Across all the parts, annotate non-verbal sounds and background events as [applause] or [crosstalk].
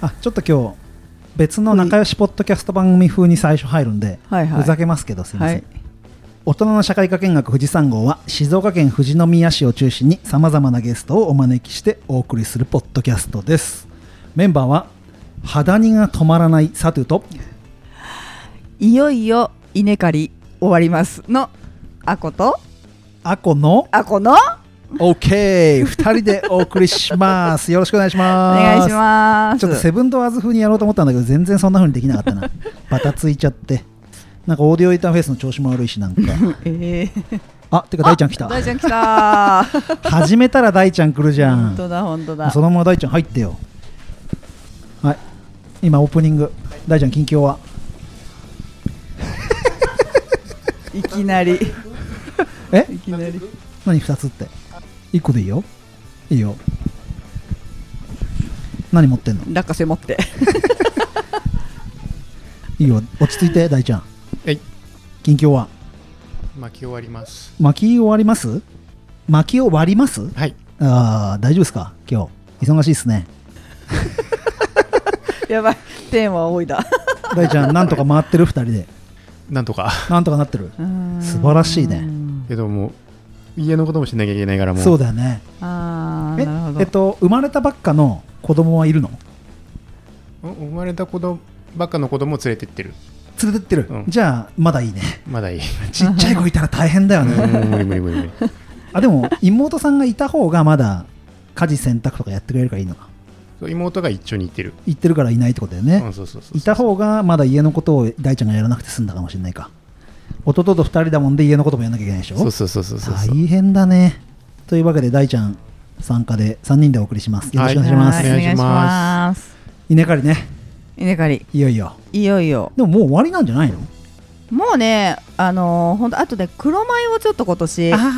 あちょっと今日別の仲良しポッドキャスト番組風に最初入るんで、はいはいふざけますけどすいません、はい大人の社会科見学富士山号は静岡県富士宮市を中心にさまざまなゲストをお招きしてお送りするポッドキャストですメンバーは肌にが止まらないサトゥといよいよ稲刈り終わりますのあことアコのあこのお OK2 人でお送りしますよろしくお願いします願いしますちょっとセブンドアーズ風にやろうと思ったんだけど全然そんな風にできなかったなバタついちゃってなんかオーディオインターフェースの調子も悪いしなんかえー、あてか大ちゃん来た大ちゃん来た [laughs] ー始めたら大ちゃん来るじゃ本ん当だ本当だそのまま大ちゃん入ってよはい今オープニング大ちゃん近況はいきなりえいきなり何2つって1個でいいよいいよ何持ってんの落花生持って [laughs] いいよ落ち着いて大ちゃんはい近況は巻き終わります巻き終わります巻きを割りますはいああ大丈夫ですか今日忙しいですねやばいテーマ多いだ大ちゃんなんとか回ってる2人でなんとかなんとかなってるうーん素晴らしいねけどもう家のこともしなきゃいけないからもうそうだよねあえーなるほどえっと生まれたばっかの子供はいるのお生まれた子供ばっかの子供を連れてってる連れてってる、うんじゃあまだいいねまだいいちっちゃい子いたら大変だようねん無理無理無理無理あでも妹さんがいた方がまだ家事洗濯とかやってくれるからいいのかそう妹が一緒に行ってる行ってるからいないってことだようねん、そうそうそういた方がまだ家のことを大ちゃんがやらなくて済んだかもしれないか弟と2人だもんで家のこともやんなきゃいけないでしょそうそうそうそうそう大変だねというわけで大ちゃん参加で3人でお送りしますよろしくお願いします、はいお願いしますす稲刈りね稲刈りいよいよいよいよでももう終わりなんじゃないのもうねあの本当あとね黒米をちょっと今年あ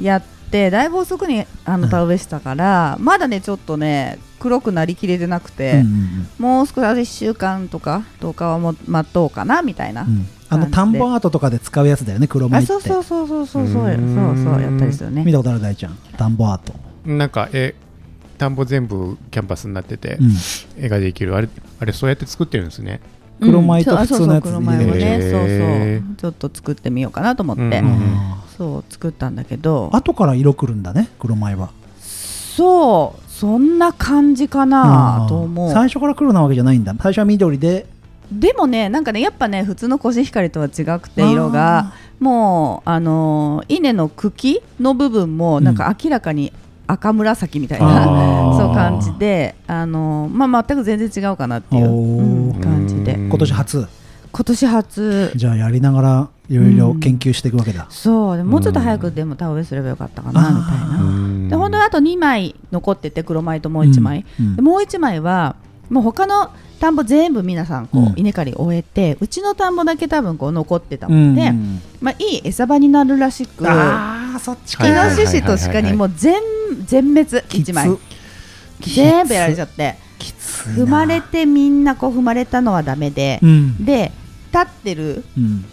やってだいぶ遅くにあうのん田植えしたから、まだねちょっとね黒くなりきれてなくあ、うんてう、んもう少しあと1週間とか10日はもう待とうかなみたいな、うんうん、あの田んぼアートとかで使うやつだよね黒米っあてそうそうそうそうそうそううーんそうそうやったりする見ねたことある大ちゃん田んぼアート、なんかえ田んぼ全部キャンパスになってて、うん、絵ができるあれあれそうやって作ってるんですね黒米とうん普通のやつそうそう黒米をね、へーそうそうちょっと作ってみようかなと思って、うんあそう作ったんだけどー後から色くるんだね黒米はそうそんな感じかあなーと思う最初から黒なわけじゃないんだ最初は緑ででもねなんかねやっぱね普通のコシヒカリとは違くてあー色がもうあのー稲の茎の部分もなんか明らかに赤紫みたいな、あー [laughs] そう感じであのーまあ全く全然違うかなっていう、おーうん感じでうん今年初今年初じゃあやりながらいろいろ研究していくわけだ、そうでもうちょっと早くでも田植えすればよかったかなみたいあな。で本当はあと2枚残ってて黒米ともうう1ん枚、うんでもう1枚はもう他の田んぼ全部皆さんこう、うん稲刈り終えてうちの田んぼだけ多分こう残ってたうもんんで、まあ、いい餌場になるらしくイノああそっちはいはいはいシシと鹿にもう全全滅一枚きつ全部やられちゃってきついな踏まれてみんなこう踏まれたのはダメでう、んで立ってるうん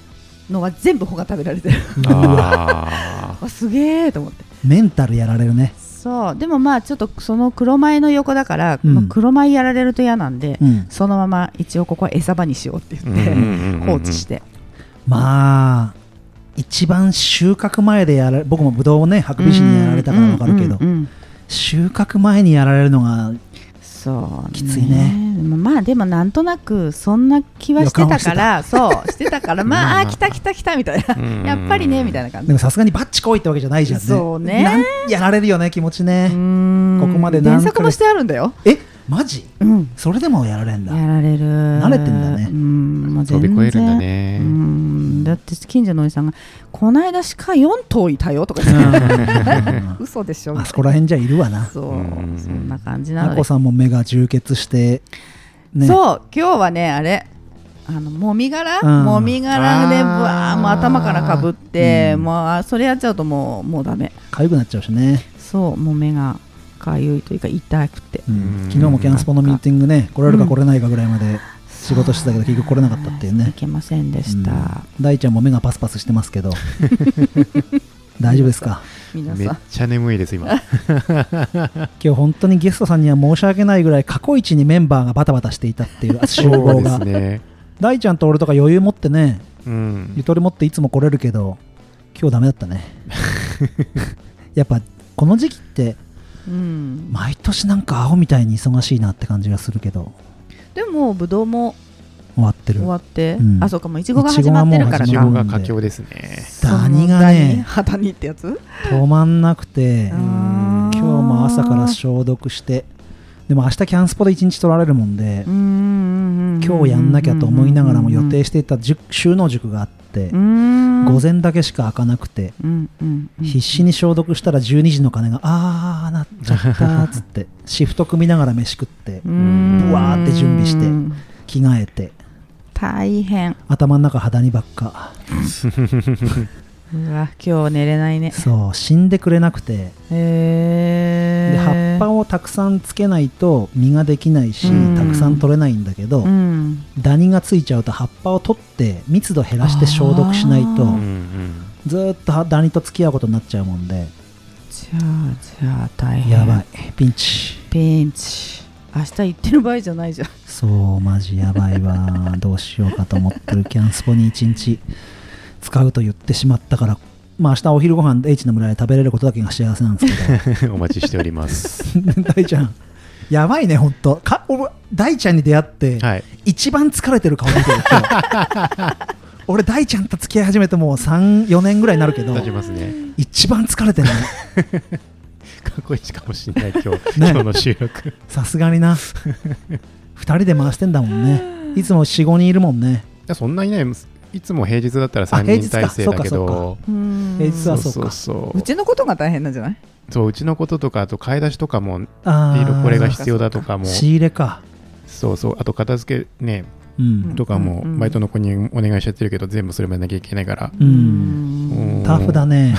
のは全部穂が食べら [laughs] れてるあわすげえと思ってメンタルやられるねそうでもまあちょっとその黒米の横だから、うんまあ黒米やられると嫌なんで、うんそのまま一応ここは餌場にしようって言って、うんうんうんうん放置してまあ一番収穫前でやられ僕もブドウをねハクビシンにやられたからわかるけどうんうんうん収穫前にやられるのがそうきついねでもまあでもなんとなくそんな気はしてたからそうしてた [laughs] からまあままあああー来た来た来たみたいなうんうんうんやっぱりねみたいな感でじもさすがにバッチ来いってわけじゃないじゃんねそうねなんやられるよね気持ちねこここまで何ヶ添月削もしてあるんだよ、えマジうん、それでもやられんだやられる慣れてんだねうんもう全飛然び越えるんだねうんだって近所のおじさんが「こないだ鹿4頭いたよ」とか言ってうん嘘でしょあそこら辺じゃいるわなそううんうんうんそんな感じあなのでこさんも目が充血してねそう今日はねあれあのもみ殻、うんもみ殻であぶーわーもう頭からかぶって、うんもうあそれやっちゃうともうもうダメ痒くなっちゃうしねそうもう目がかゆいというか痛くてうん昨日もキャンスポのミーティングね来れるか来れないかぐらいまで仕事してたけど結局来れなかったっていうはいねけませんでした、 [laughs] うん大ちゃんも目がパスパスしてますけど大丈夫ですか皆めっさんちゃ眠いです今今日本当にゲストさんには申し訳ないぐらい過去一にメンバーがバタバタしていたって [laughs] いう集そう合でが、すね大ちゃんと俺とか余裕持ってねうんゆとり持っていつも来れるけど今日ダメだった [laughs] ねやっぱこの時期ってうん、毎年なんかアホみたいに忙しいなって感じがするけどでもぶどうも終わってる終わって、うんあそうかもういちごが始まってるからいいちちごごかががもう佳境ですねそのダニがねダニ肌にってやつ止まんなくてあー今日も朝から消毒してでも明日キャンスポで1日取られるもんで今今日やんなきゃと思いながらも予定していた塾収納塾があって午午前だけしか開かなくて必死にに消毒したら12時の鐘があーなっちゃったーっつって [laughs] シフト組みながら飯食ってぶブワーって準備して着替えて大変頭の中肌にばっかうわ今日寝れないねそう死んでくれなくてでへえ葉っぱをたくさんつけないと実ができないしうんたくさん取れないんだけどうんダニがついちゃうと葉っぱを取って密度減らして消毒しないとあうんーずーっとはダニと付き合うことになっちゃうもんでじゃあじゃあ大変やばいピンチピンチ明日行ってる場合じゃないじゃんそうマジやばいわどうしようかと思ってるキャンスポに1日使うと言ってしまったからまあ明日お昼ご飯 H の村で食べれることだけが幸せなんですけどうん [laughs] お待ちしております [laughs] [laughs] 大ちゃんやばいね本当か俺大ちゃんに出会って、はい一番疲れてる顔見てる今日 [laughs] 俺大ちゃんと付き合い始めてもう34年ぐらいになるけど立ちますね一番疲れてるね過去一かもしれ [laughs] ない今日ね今日の収録さすがにな2 [laughs] 人で回してんだもんねいつも45人いるもんねいやそんなにねいつも平日だったらあ平3日人か体制だけどうん平日はそうかそうそううちのことが大変なんじゃないそううちのこととかあと買い出しとかもあいろいーろこれが必要だとかも仕入れかそうそうあと片付けねうんとかもうんうんバイトの子にお願いしちゃってるけど全部それもやんなきゃいけないからうんうんタフだね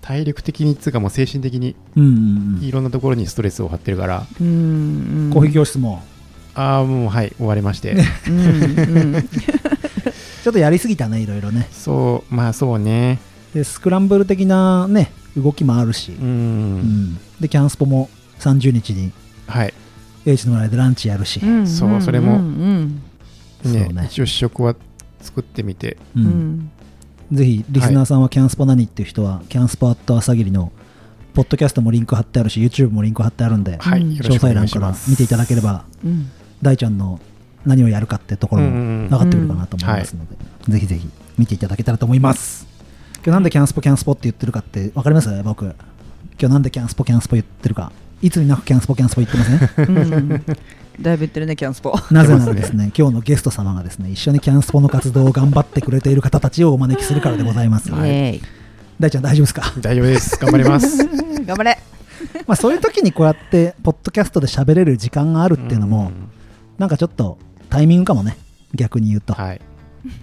体力的にっつうかもう精神的にうんいろんなところにストレスを張ってるからうんコーヒー教室もああもうはい終わりまして、 [laughs] うんうんちょっとやりすぎたねいろいろねそうまあそうねでスクランブル的なね動きもあるし、うん、うんでキャンスポも30日にはい H の村でランチやるし、んそうそれもうんそねうね一応試食は作ってみてううんんぜひリスナーさんはキャンスポ何っていう人は、キャンスポアット朝霧のポッドキャストもリンク貼ってあるし YouTube もリンク貼ってあるんで、はい、うんよ詳ろしくお細願欄いしかまらす見ていただければうん大ちゃんの何をやるかってところうんうんうもん分かってくるかなと思いますので、ぜひぜひ見ていただけたらと思います今日なんでキャンスポキャンスポって言ってるかって分かります僕今日なんでキャンスポキャンスポ言ってるかいつになくキャンスポキャンスポ言ってます [laughs] ねうんだいぶ言ってるねキャンスポなぜならですね今日のゲスト様がですね一緒にキャンスポの活動を頑張ってくれている方たちをお招きするからでございます、はいイエ大ちゃん大丈夫です [laughs] か大丈夫 [laughs] です頑張りますーイ頑張れまあそういう時にこうやってポッドキャストで喋れる時間があるっていうのも、んなんかちょっとタイミングかもね逆に言うと、はい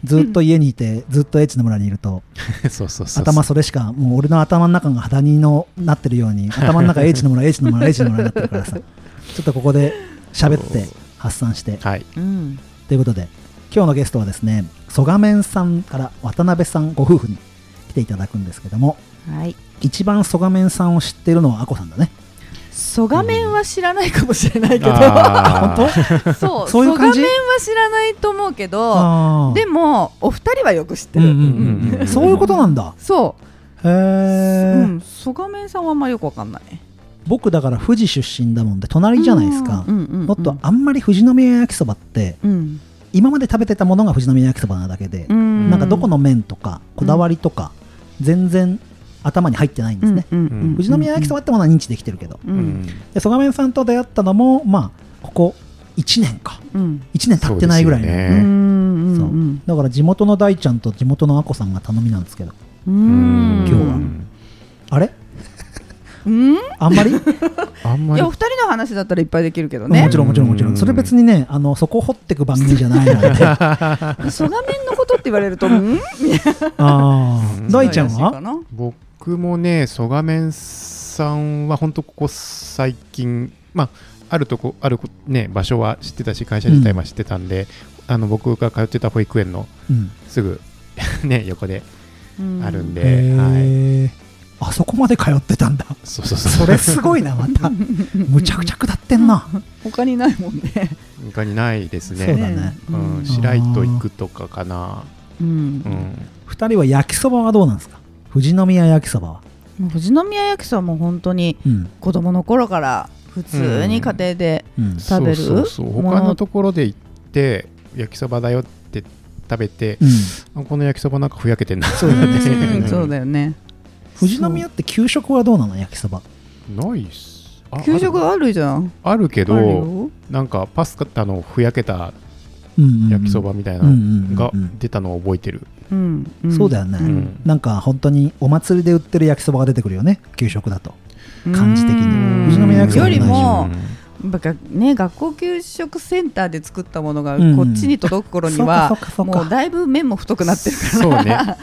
ずっと家にいてずっと H の村にいるとそうそうそう頭 [laughs] それしかもう俺の頭の中が肌にのなってるよう [laughs] に頭の中 H の村 H の村 H の村になってるからさちょっとここで喋ってそう発散してはいうんということで今日のゲストはですね曽我面さんから渡辺さんご夫婦に来ていただくんですけどもはい一番曽我面さんを知ってるのはあこさんだね蘇我面は知らないかもしれないけ [laughs] あどーそそう蘇ういう我面感はじ知らないと思うけどあーでもお二人はよく知ってうんうるんうんそういうことなんだそへうえ、うん蘇我面さんはあんまよくわかんない僕だから富士出身だもんで隣じゃないですか、うんうんうんうんもっとあんまり富士宮焼きそばってうん今まで食べてたものが富士宮焼きそばなだけで、うんなんかどこの麺とかこだわりとか全然頭に入ってないんですね、うんうんうん富士宮焼きそばってものは認知できてるけど、ううんんで曽我面さんと出会ったのもまあここ1年かうん1年経ってないぐらいのそうですようねんうんそううんだから地元の大ちゃんと地元のあこさんが頼みなんですけどう今ん日はあれうんあ [laughs] んまりはあんまいりやお二人の話だったらいっぱいできるけどもねちろんもちろんもちろうんんそれ別にねあのそこを掘ってく番組じゃないので [laughs] あ蘇我面のことって言われるとうんあう [laughs] ん大ちゃん怪しいかはな僕もね、曽我面さんは本当ここ最近、まあ、あるとこ、あるこね、場所は知ってたし、会社自体は知ってたんで、あの僕が通ってた保育園のうんすぐ [laughs] ね、横でうんあるんで、はい、へーあそこまで通ってたんだそうそうそそうれすごいなまたむちゃくちゃ下ってんな、他にないもんね。他にないでそすうねだねううんん白糸行くとかかなうんう。ん2人は焼きそばはどうなんですか富士宮焼きそばは、もう富士宮焼きそばも本当にうん子供の頃から普通に家庭でうん食べるそうそうそうもの他のところで行って焼きそばだよって食べてうんあこの焼きそばなんかふやけてんな [laughs] そうだねうんそうだよね。富士宮って給食はどうなの焼きそばないっすあ給食あるじゃん。あるけあるどよなんかパスタのふやけた焼焼きそばみたいなうんうんうんうんのが出たのを覚えてる、うん。んそうだよねんうんなんか本当にお祭りで売ってる焼きそばが出てくるよね給食だと感じ的にうん富士宮焼きそばよりもうんなんかね学校給食センターで作ったものがうんこっちに届く頃にそうかそはうかそうかもうだいぶ麺も太くなってるからそうね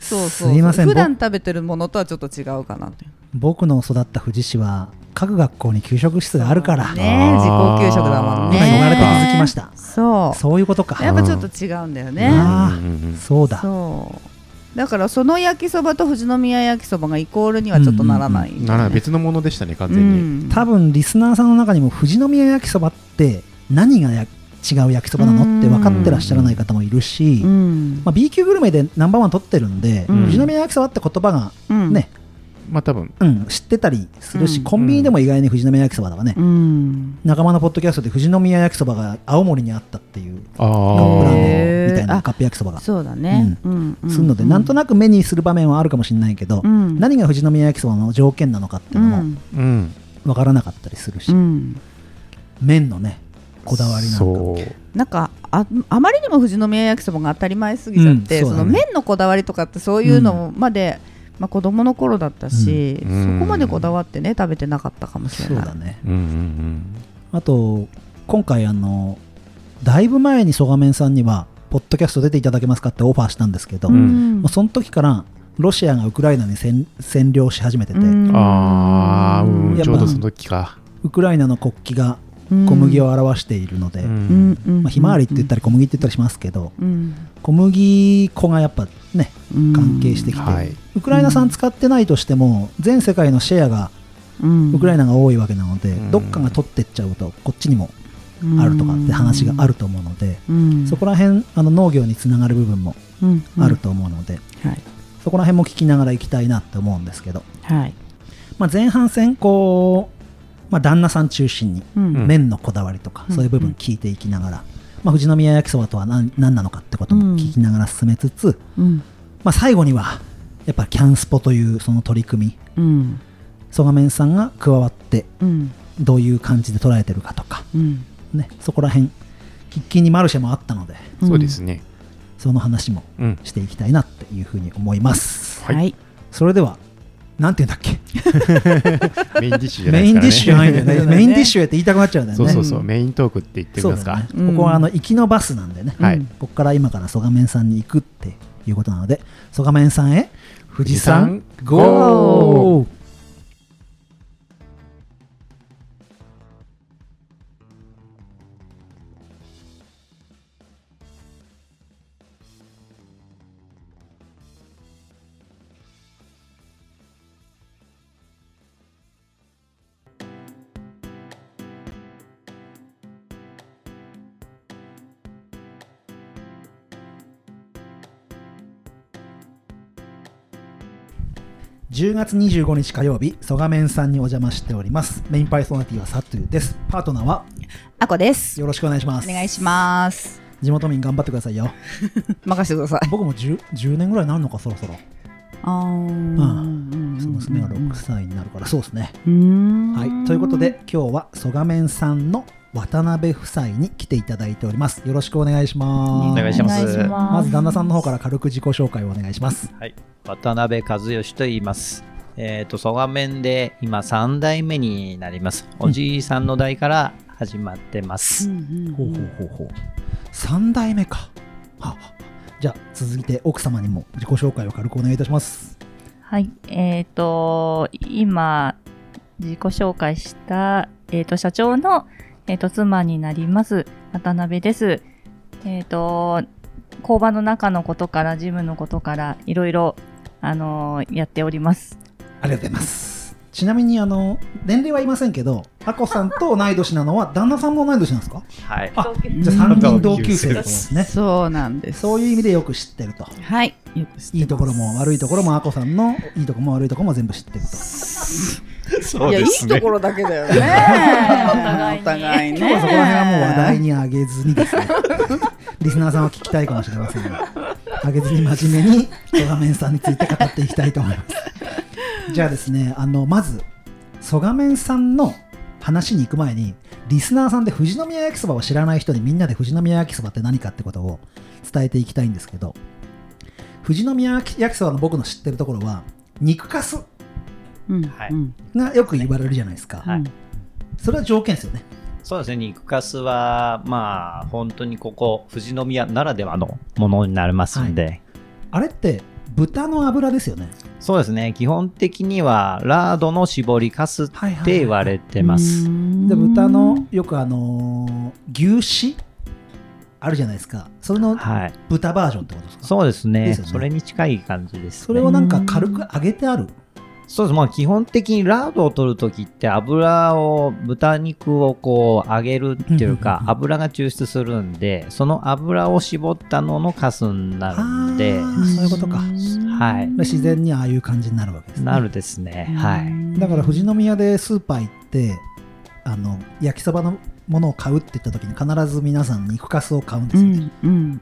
そうそうすいません普段食べてるものとはちょっと違うかなって僕の育った富士市は各学校に給食室があるから、ね自あー己給食だもんね今言われて気づきましたそうそういうことかやっぱちょっと違うんだよね、あーうんうんうんそうだそうだからその焼きそばと富士宮焼きそばがイコールにはちょっとならない、なら別のものでしたね完う全に、ん多分リスナーさんの中にも富士宮焼きそばって何がや違う焼きそばなのって分かってらっしゃらない方もいるし、うんまあ、B 級グルメでナンバーワン取ってるんで、うん富士宮焼きそばって言葉がうんね、まあ多分うん、知ってたりするし、うんコンビニでも意外に富士宮焼きそばだわね、うん仲間のポッドキャストで富士宮焼きそばが青森にあったっていうブあランドーへーみたいなカップ焼きそばがそうだね、うんうんするので、なんとななく目にする場面はあるかもしれないけど、うん何が富士宮焼きそばの条件なのかっていうのもうん分からなかったりするし、うん麺のねこだわりなんかもそうなんかああまりにも富士宮焼きそばが当たり前すぎちゃって、うんそそうだのね麺のこだわりとかってそういうのまで、まあ、子供の頃だったし、うんそこまでこだわってね食べてなかったかもしれそうないだねうんうんあと今回あのだいぶ前に曽我面さんには「ポッドキャスト出ていただけますか?」ってオファーしたんですけど、うもんうその時からロシアがウクライナに占占領し始めてて、うんああ、うん、やっぱちょうどその時か、ウクライナの国旗がうん小麦を表しているので、うんまあ、ひまわりって言ったり、り小麦って言ったりしますけどうん小麦粉がやっぱねうん関係してきて、はいウクライナ産使ってないとしても全世界のシェアがうんウクライナが多いわけなので、んどっかが取ってっちゃうとこっちにもあるとかって話があると思うので、うんそこら辺あの農業につながる部分もうんある、と思うので、うんはいそこら辺も聞きながら行きたいなって思うんですけど、はいまあ、前半戦こう、まあ、旦那さん中心にうんうん麺のこだわりとか、うんそういう部分聞いていきながら、まあ、富士宮焼きそばとは何何なのかってことも聞きながら進めつつ、うんまあ、最後にはやっぱキャンスポというその取り組みうん曽我面さんが加わってうんどういう感じで捉えてるかとか、うんね、そこら辺喫緊にマルシェもあったのでそうですねその話もうんしていきたいなっていうふうに思いますはいはいそれではなんて言うんだっメインディッシュじけゃなメいでイすンディッシュじからねゃないんだよねそうだねメインディッシュやって言いたくなっちゃうんだよねそうそうそう、うんメイントークって言ってみそうますだかね、うんここはあの行きのバスなんでね、はい、うんここから今から曽我面さんに行くっていうことなので曽我面さんへ富士山富士山 GO! 10月25日火曜日、曽我面さんにお邪魔しております。メインパイソナリティはサトゥーです。パートナーはあこですよろしくお願いしまおす。願いし [laughs] ます地元民頑張ってくださいよ。任せてください僕も 10, 10年ぐらいになるのか、そろそろ。あそあの娘が6歳になるから、そうですね。は。はいということで、今日は曽我面さんの渡辺夫妻に来ていただいております。よろしくお願いします。お願いしますお願いしますまず旦那さんの方から軽く自己紹介をお願いします。はい、渡辺和義と言います。えっ、と、蘇我面で今3代目になります。おじいさんの代から始まってます。ほうほうほうほう。三代目か。はあじゃあ続いて奥様にも自己紹介を軽くお願いいたします。はい、えっ、と、今、自己紹介した、えっ、と、社長の、えっ、と、妻になります、渡辺です。えっ、と、工場の中のことから、ジムのことから、いろいろ、あのーやっております。ありがとうございますちなみにあの年齢は言いませんけどあこさんと同い年なのは旦那さんも同い年なんですかはい。あ同級じゃあ3人同級生ってことですねそうなんです。そういう意味でよく知ってるとはい。よく知ってますいいところも悪いところもあこさんのいいところも悪いところも全部知ってるとそういや、いいですねとこ。ろだけだよね。[laughs] おお互互いいにね。今日はそこら辺はもう話題にあげずにですねリスナーさんは聞きたいかもしれませんがあげずに真面目にソガメンさんについて語っていきたいと思いますじゃあですねあのまずソガメンさんの話に行く前にリスナーさんで富士宮焼きそばを知らない人にみんなで富士宮焼きそばって何かってことを伝えていきたいんですけど富士宮焼きそばの僕の知ってるところは肉かすうん。はいうんがよく言われるじゃないですか、はいそれは条件ですよねそうですね、肉かすは、まあ、本当にここ、富士宮ならではのものになりますんで、あれって豚の油ですよねそうですね、基本的には、ラードの絞りかすっはいはいて言われてます。。でで豚のよくあのー牛脂あるじゃないですかそれのはい、豚バージョンってことですか、そうですねですよねそれに近い感じです、ね。それをなんか軽く揚げてあるそうです、まあ、基本的にラードを取るときって、油を、豚肉をこう、揚げるっていうんううんかう、ん油が抽出するんで、その油を絞ったののかすになるんであ、ーそういうことかはい自然にああいう感じになるわけですねなるですね、はい。だから富士宮でスーパー行ってあの焼きそばのものを買うって言った時に必ず皆さん肉かすを買うんでうすよね、ん。うん。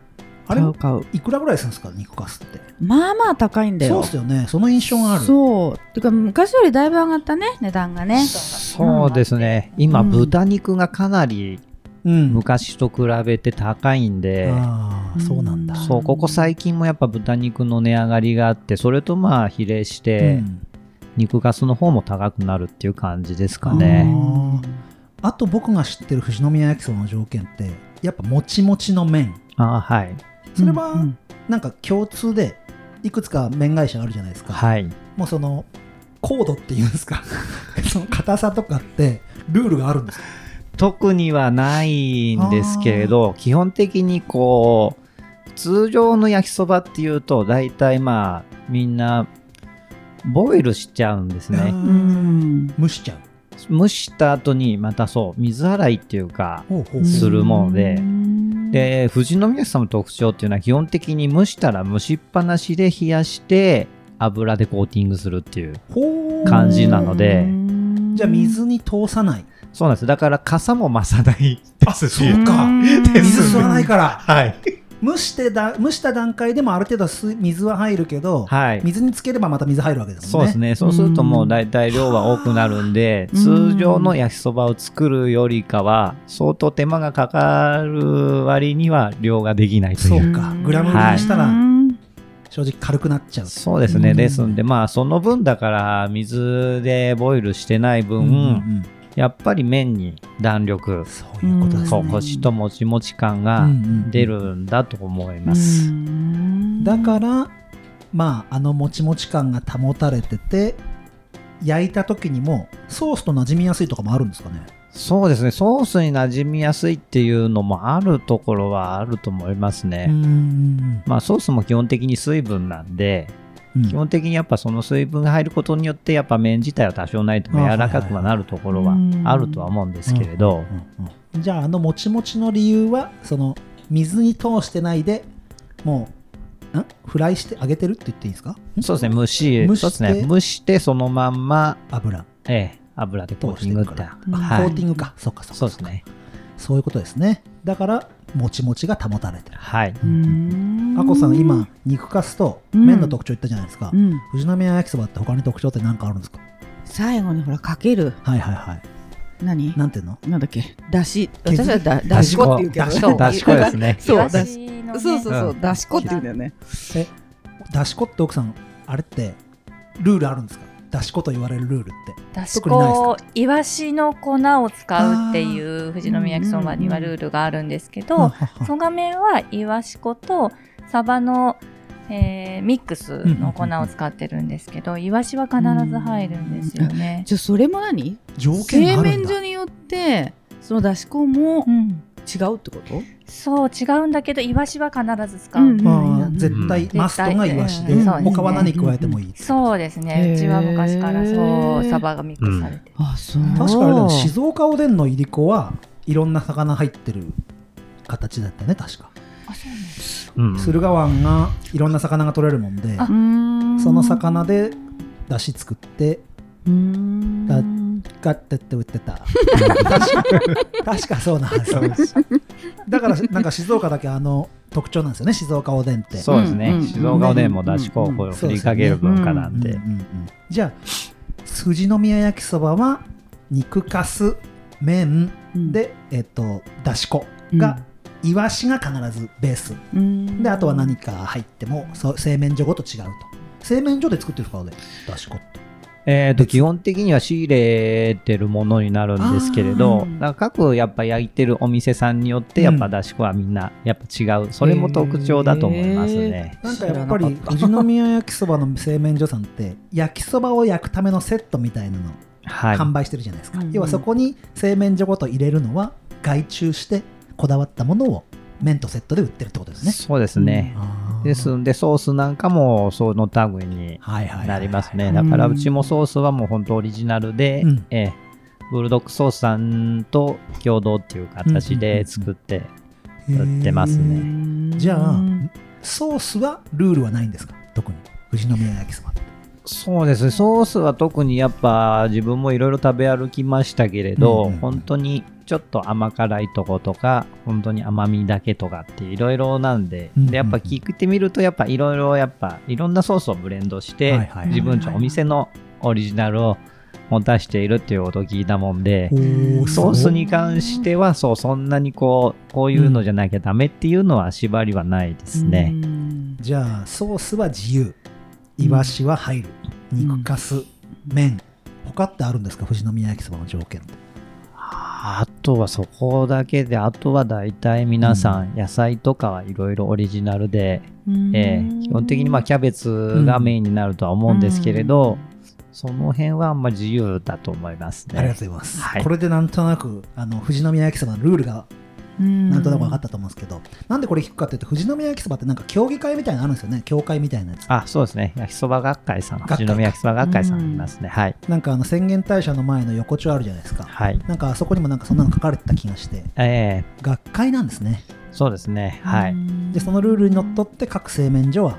あれ買う買う。いくらぐらいするんですか肉かすってまあまあ高いんだそうよっ。すよねその印象があるそう。てか昔よりだいぶ上がったね、値段がね。そうですね、今、うん豚肉がかなりうん昔と比べて高いんで、ああそうなんだ、うんそうここ最近もやっぱ豚肉の値上がりがあって、それとまあ比例しうて、ん肉ガスの方も高くなるっていう感じですかうね。んあと僕が知ってる富士宮焼きそばの条件ってやっぱもちもちの麺あーはい、それうんうはんなんか共通でいくつか麺会社あるじゃないですか、はい、もうその高度っていうんですか [laughs] その硬さとかってルールがあるんですか特にはないんですけれど基本的にこう通常の焼きそばっていうと大体まあみんなボイルしちゃうんですあねーうん。蒸しちゃう蒸した後にまたそう水洗いっていうかほうほうするものでうん、で富士宮さんの特徴っていうのは基本的に蒸したら蒸しっぱなしで冷やして油でコーティングするっていうほう感じなのでうんじゃあ水に通さないそうなんですだから傘も増 [laughs] さないですしそうかうん水吸わないからはい蒸してだ蒸した段階でもある程度水水は入るけど、はい水につければまた水入るわけですそうもんでねすね。そうするともう大体量は多くなるんで、うん通常の焼きそばを作るよりかは、相当手間がかかる割には量ができないとそいうう。かグラム売りにしたら正直軽くなっちゃうとそうですうね。んですんで、まあその分だから水でボイルしてない分、うんうんうんやっぱり麺に弾力、そういうことですそうねコシともちもち感うんがうん出るんだと思います。だからまああのもちもち感が保たれてて焼いた時にもソースと馴染みやすいとかもあるんですかねそうですね。ソースに馴染みやすいっていうのもあるところはあると思いますね。んまあ、ソースも基本的に水分なんで、基本的にやっぱその水分が入ることによって、やっぱ麺自体は多少ないともあ柔らかくはなるところははいはいはいあるとは思うんですけれど、じゃああのもちもちの理由はその水に通してないでもうんフライして揚げてるって言っていいですかそうですね、蒸し、蒸してそうですね、蒸してそのまんま、油ええ、油でコー通しテてィングるっかて、らグってあはコいーティングかそうかそうかそうですね、そういうことですねだからもちもちが保たれてるはい、あこさん今肉かすと麺の特徴言ったじゃないですか、うん富士宮焼きそばって他に特徴って何かあるんですか最後にほらかけるはいはいはい何なんていうのなんだっけだし削り私はだだし粉って言うけどだしし粉粉だし粉ですね。そうだし東のそねうそうそううだし粉って言うんだよねえだし粉って奥さんあれってルールあるんですかだし粉と言われるルールってだし特にないです粉いわしの粉を使うっていう富士宮焼きそばにはルールがあるんですけはどははそがめはいわし粉とサバの、えーミックスの粉を使ってるんですけどいわしは必ず入るんですよね。じゃあそれも何条件製があるん麺だ所によってそのだし粉もうん違うってことそう違うんだけどイワシは必ず使う、うんああうん絶対うんマストがイワシで、絶対うん他は何加えてもいい、そうですねへーうちは昔からそうサバがミックスされて、あそう確かあれでも静岡おでんのいりこはいろんな魚入ってる形だったよね確かあそうなんですうん駿河湾がいろんな魚が取れるもんであその魚で出汁作ってうんだガッてって売ってた確か確かそうなはずだからなんか静岡だけあの特徴なんですよね静岡おでんってそうですうんうんうねん静岡おでんも出し候補を振りかける文化なんうでんうんうんじゃあ富士宮焼きそばは肉かす麺で、えっとだし粉が、いわしが必ずベースうんであとは何か入ってもそう製麺所ごと違うと製麺所で作ってるからねだし粉ってえー、と基本的には仕入れてるものになるんですけれあどーだから各やっぱ焼いてるお店さんによってやっぱ出し子はみんなやっぱ違うそれも特徴だと思いますね。なんかやっぱ知らりなか富っ士宮焼きそばの製麺所さんって焼きそばを焼くためのセットみたいなのはい、販売してるじゃないですか、うんうん要はそこに製麺所ごと入れるのは外注してこだわったものを麺とセットで売ってるってことですねそうですね。あーですんでソースなんかもその類にはいはいはいなりますね。はだいからうんうちもソースはもう本当オリジナルで、うんええブルドックソースさんと共同っていう形で作って、売ってますねじゃあソースはルールはないんですか特に富士宮焼きそばってそうですねソースは特にやっぱ自分もいろいろ食べ歩きましたけれど、うんうん本当にちょっと甘辛いとことか本当に甘みだけとかっていろいろなんで,、うんうんうんでやっぱ聞いてみるとやっぱいろいろやっぱいろんなソースをブレンドして、はいはいはい自分ちょお店のオリジナルを持たしているっていうことを聞いたもんで。おソースに関してはそうそんなにこうこういうのじゃなきゃダメっていうのは縛りはないですね。じゃあソースは自由イワシは入る、肉かす麺他ってあるんですか富士宮焼きそばの条件ってあとはそこだけで、あとは大体皆さん、野菜とかはいろいろオリジナルで、えー基本的にまあキャベツがメインになるとは思うんですけれど、その辺はあんま自由だと思いますありがとうね。ございます、はいこれでなんとなくあの富士宮焼きそばのルールがなんとなく分かったと思うんですけど、なんでこれ聞くかっていうと富士宮焼きそばってなんか競技会みたいなのあるんですよね協会みたいなやつあ、そうですね。焼きそば学会さん、学会富士宮焼きそば学会さんありますね。はい。なんかあの宣言大社の前の横丁あるじゃないですか、はい。なんかあそこにもなんかそんなの書かれてた気がしてえ学会なんですねーそうですね。はい。でそのルールにのっとって各製麺所は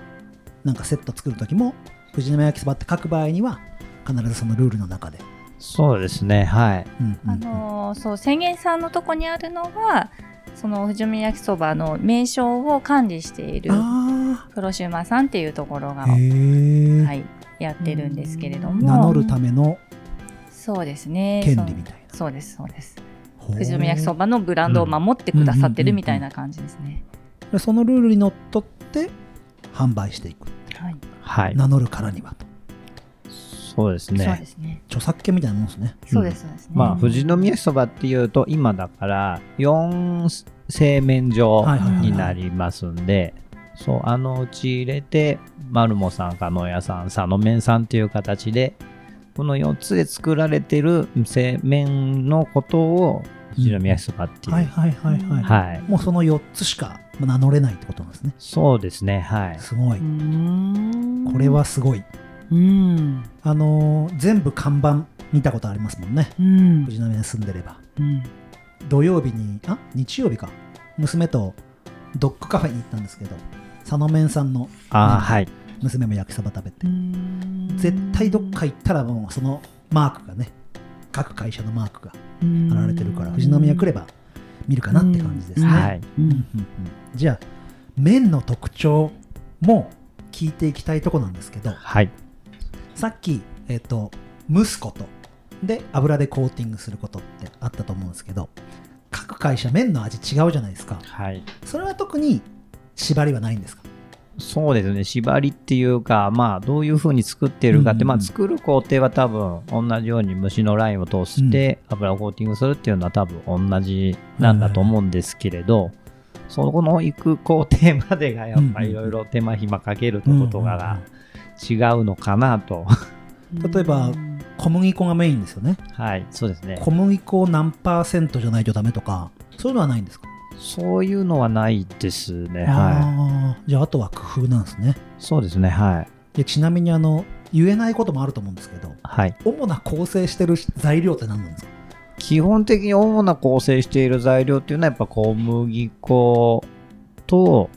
なんかセット作る時も富士宮焼きそばって書く場合には必ずそのルールの中で、そうですね。はい。うんうんあのーそう千円さんのとこにあるのはその富士宮焼きそばの名称を管理しているあ黒島さんっていうところが、ーへえ、はい、やってるんですけれども名乗るためのそうですね権利みたいそうそうですそうですな富士宮焼きそばばのブランドを守ってくださってるみたいな感じですね、そのルールにのっとって販売していくはい、はい。名乗るからにはとそうですそうねで。すね著作権みたいなもんですねそうですそうですね、まあ、富士宮そばっていうと、今だから、4製麺所はいはいはいはいになりますんで、そう、あのうち入れて、マルモさん、加納屋さん、佐野麺さんっていう形で、この4つで作られてる製麺のことを、富士宮そばっていう。はいはいはいはい、はい。もうその4つしか名乗れないってことなんですねそうですね、はい。すごいここれはすごいうんあのー全部看板見たことありますもんねうん富士宮に住んでればうん土曜日にあ日曜日か娘とドッグカフェに行ったんですけど佐野麺さんのああ、はい。娘も焼きそば食べて絶対どっか行ったらもうそのマークがね各会社のマークが貼られてるから富士宮来れば見るかなって感じですね、はい。うんうんうんじゃあ麺の特徴も聞いていきたいとこなんですけどはい。さっき、えっと蒸すことで油でコーティングすることってあったと思うんですけど各会社麺の味違うじゃないですかはい。それは特に縛りはないんですかそうですね縛りっていうかまあどういうふうに作ってるかっうて、んうんまあ作る工程は多分同じように虫のラインを通して油をコーティングするっていうのは多分同じなんだと思うんですけれど、そこの行く工程までがやっぱうんうんいろいろ手間暇かけるとことかが違うのかなと、例えば小麦粉がメインですよね [laughs] はいそうですね小麦粉を何パーセントじゃないとダメとかそういうのはないんですかそういうのはないですね。はあーじゃああとは工夫なんですねい。そうですね。はい。でちなみにあの言えないこともあると思うんですけどはい。主な構成してる材料って何なんですか基本的に主な構成している材料っていうのはやっぱ小麦粉と、も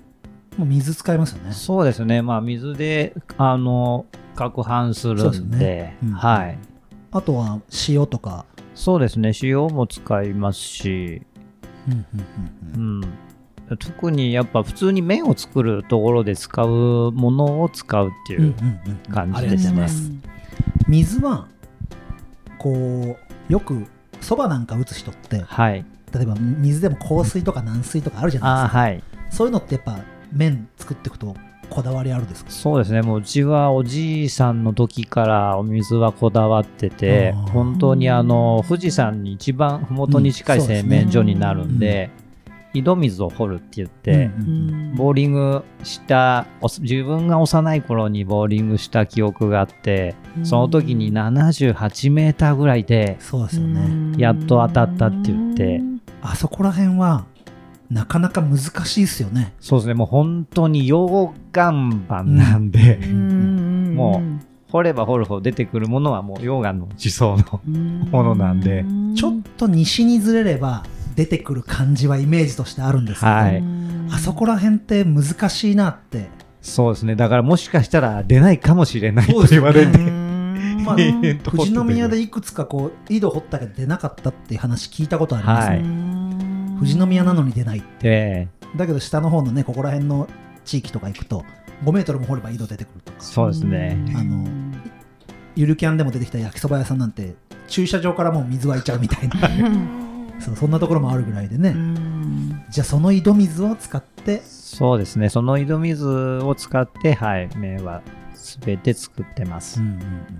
う水使いますよねそうですね。まあ水で、あの、攪拌すそうるですんで、ねうんはい。あとは塩とか、そうですね。塩も使いますし、うんうんううんん。特にやっぱ普通に麺を作るところで使うものを使うっていうんうんううんうん感あじりがとうごでざすいねま。す水はこうよくそばなんか打つ人ってはい。例えば水でも香水とか軟水とかあるじゃあなあ、いですか、はい。そういうのってやっぱ麺作っていくとこだわりあるんですかそうですね、もううちはおじいさんの時からお水はこだわってて、あー本当にあの富士山に一番麓に近ういんそうです洗ね面所になるんで、井戸水を掘るって言って、うんうんうんんボーリングした、お自分が幼い頃にボーリングした記憶があって、その時に78メーターぐらいで、そうですよねやっと当たったって言ってあそこら辺はなかなか難しいですよねそうですね、もう本当に溶岩盤なんで、うんうんも掘れば掘るほど出てくるものはもう溶岩の地層の。ものなんでちょっと西にずれれば出てくる感じはイメージとしてあるんですけど、はいあそこら辺って難しいなってそうですね。だからもしかしたら出ないかもしれないそうとです言よわねれて。 [laughs] まあ [laughs] 永遠と掘富って士る宮でいくつかこう井戸掘ったけど出なかったっていう話聞いたことあります、はい富士宮なのに出ないええだけど下の方のねここら辺の地域とか行くと5メートルも掘れば井戸出てくるとかそうですね。あのゆるキャンでも出てきた焼きそば屋さんなんて駐車場からもう水湧いちゃうみたいな [laughs] そうそんなところもあるぐらいでね、じゃあその井戸水を使ってそうですね。その井戸水を使って、はい、麺は全て作ってます。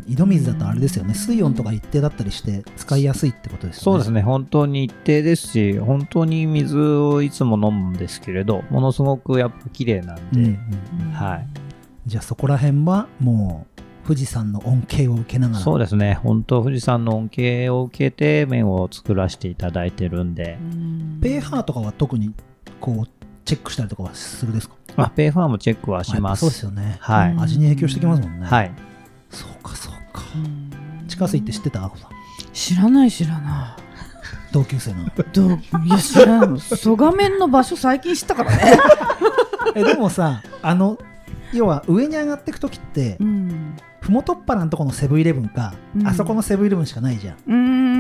井戸水だとあれですよね水温とか一定だったりして使いやすいってことですよねそうですね。本当に一定ですし、本当に水をいつも飲むんですけれど、ものすごくやっぱ綺麗なんうんうで、んはい。じゃあそこら辺はもう富士山の恩恵を受けながらそうですね。本当富士山の恩恵を受けて麺を作らせていただいてるんで、ペーハーとかは特にこうチェックしたりとかはするですかまあ、ペーファーもチェックはしあやっまぱそうですす。よね、はい。味に影響してきますもんねはい。そうかそうか地下水って知ってたアコさん知らない知らな同級 [laughs] 生なのいどういや知らん蘇我面の場所最近知ったからね、 [laughs] えでもさあの要は上に上がっていく時ってうん、麓っ腹のとこのセブンイレブンか、うんあそこのセブンイレブンしかないじゃんうんうんう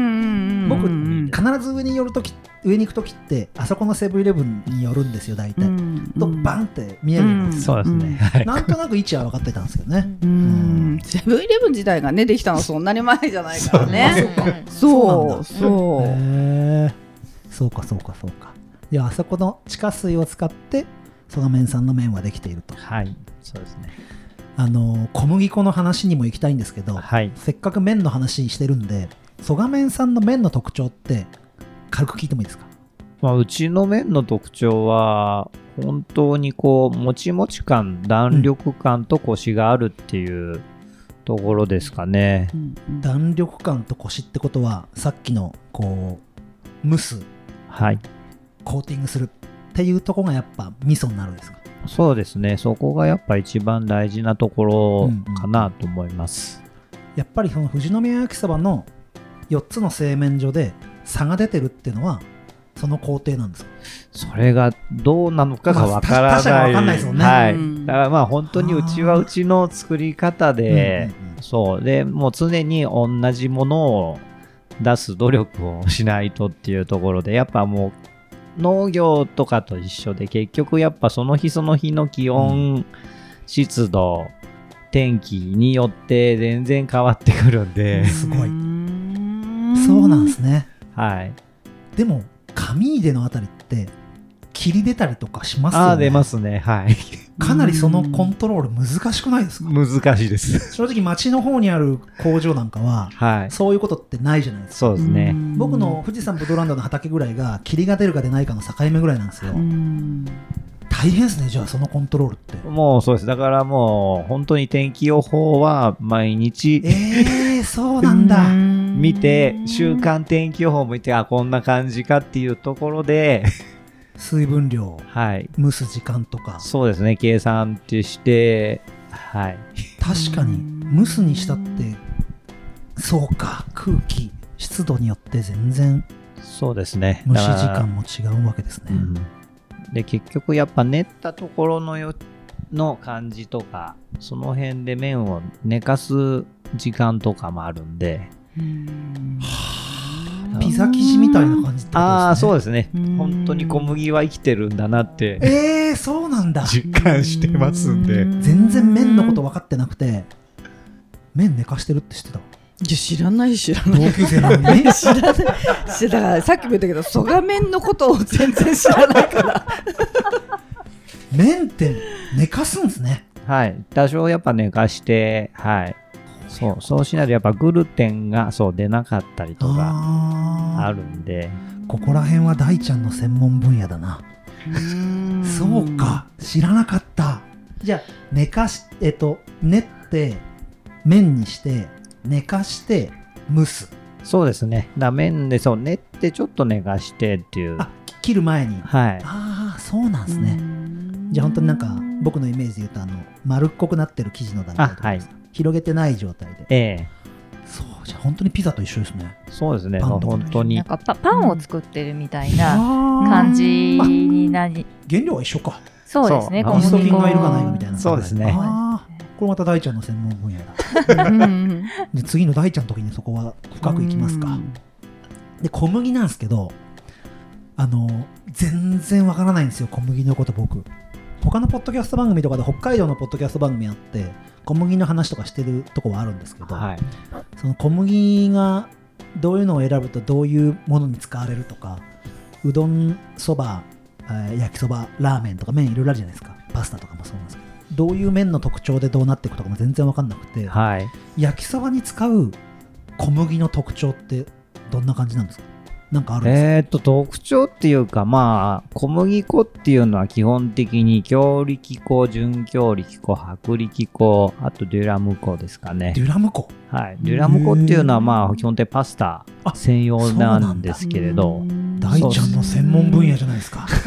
ん僕うん必ず上に寄るとき上に行くときってあそこのセブンイレブンに寄るんですよ大体、うんとバンって見えるじゃないですか、そうですね。うんはい。なんとなく位置は分かってたんですけどね、うんセブンイレブン自体がねできたのそんなに前じゃないからねね。そうそうそへうえそうかそうかそうかいやあそこの地下水を使って曽我麺さんの麺はできているとはい。そうですね。あの小麦粉の話にも行きたいんですけど、はい。せっかく麺の話してるんで曽我麺さんの麺の特徴って軽く聞いてもいいですかまあ、うちの麺の特徴は、本当にこう、もちもち感、弾力感とコシがあるっていうところですかね。うんうん。弾力感とコシってことはさっきのこう蒸すはい。コーティングするっていうとこがやっぱ味噌になるんですかそうですね。そこがやっぱ一番大事なところかなと思います。やっぱりその富士宮焼きそばの4つの製麺所で差が出てるっていうのはその工程なんですかそれがどうなのかがわからまあ他者がなわい。かんないですもんねはいうんだからまあ本当にうちはうちの作り方で、うんうんうんそう。で、もう常に同じものを出す努力をしないとっていうところで、やっぱもう農業とかと一緒で、結局やっぱその日その日の気温、湿度、天気によって全然変わってくるんで、すごいうんそうなんですねはい。でも上出のあたりって霧出たりとかしますよねああ、出ますね。 [laughs] はい。かなりそのコントロール難しくないですか難しいです。正直町の方にある工場なんかははい。そういうことってないじゃないですかそうですね。僕の富士山ブドウランドの畑ぐらいが霧が出るか出ないかの境目ぐらいなんですようん大変ですねじゃあそのコントロールっ [laughs] てもうそうです。だからもう本当に天気予報は毎日、えー、そうなんだ見て、週間天気予報も見て、あ、こんな感じかっていうところで、 [laughs] 水分量はい。蒸す時間とかそうですね、計算ってして、はい。確かに蒸すにしたってそうか空気湿度によって全然そうですね。蒸しだ時から間も違うわけですね、うんで、結局やっぱ練ったところのよの感じとか、その辺で麺を寝かす時間とかもあるんで、ピザ生地みたいな感じってことですねああ、そうですねうん。本当に小麦は生きてるんだなって。えー、そうなんだ実感してますんで、全然麺のこと分かってなくて麺寝かしてるって知ってたいや知らない知らない同級生なのにね [laughs] 知らない知らないさっきも言ったけど蘇我面のことを全然知らないから麺って寝かすんですねはい。多少やっぱ寝かして、はい。そう、そうしないとやっぱグルテンがそう出なかったりとかああーるんで、ここら辺は大ちゃんの専門分野だなそうか知らなかったじゃあ寝かしえっと練って麺にして寝かして蒸すそうですね。だ麺でそう練ってちょっと寝かしてっていう。あ切る前にはい。ああそうなんですねじゃあ本当になんか僕のイメージで言うとあの丸っこくなってる生地の段階とかあはい広げてない状態でええそうじゃあ本当にピザと一緒ですねそうですね。パンとか本当なにん。かパパンを作ってるみたいなあ感じになり、ー原料は一緒かそうですね、そうイースト小麦菌粉がいるかないかみたいなそうですねあーこれまた大ちゃんの専門分野だうんで次の大ちゃんの時にそこは深くいきますかで小麦なんですけどあの全然わからないんですよ小麦のこと僕他のポッドキャスト番組とかで北海道のポッドキャスト番組あって小麦の話とかしてるとこはあるんですけど、はい。その小麦がどういうのを選ぶとどういうものに使われるとかうどんそばえー焼きそばラーメンとか麺いろいろあるじゃないですかパスタとかもそうなんですけどどういう麺の特徴でどうなっていくとかも全然わかんなくて、はい。焼きそばに使う小麦の特徴ってどんな感じなんですかなんかあるんですか、えーっと、特徴っていうか、まあ、小麦粉っていうのは基本的に強力粉、純強力粉、薄力粉、あとデュラム粉ですかね。デュラム粉はい。デュラム粉っていうのは、まあ、基本的にパスタあ専用そうななんんだですけれど。大ちゃんの専門分野じゃないですか [laughs]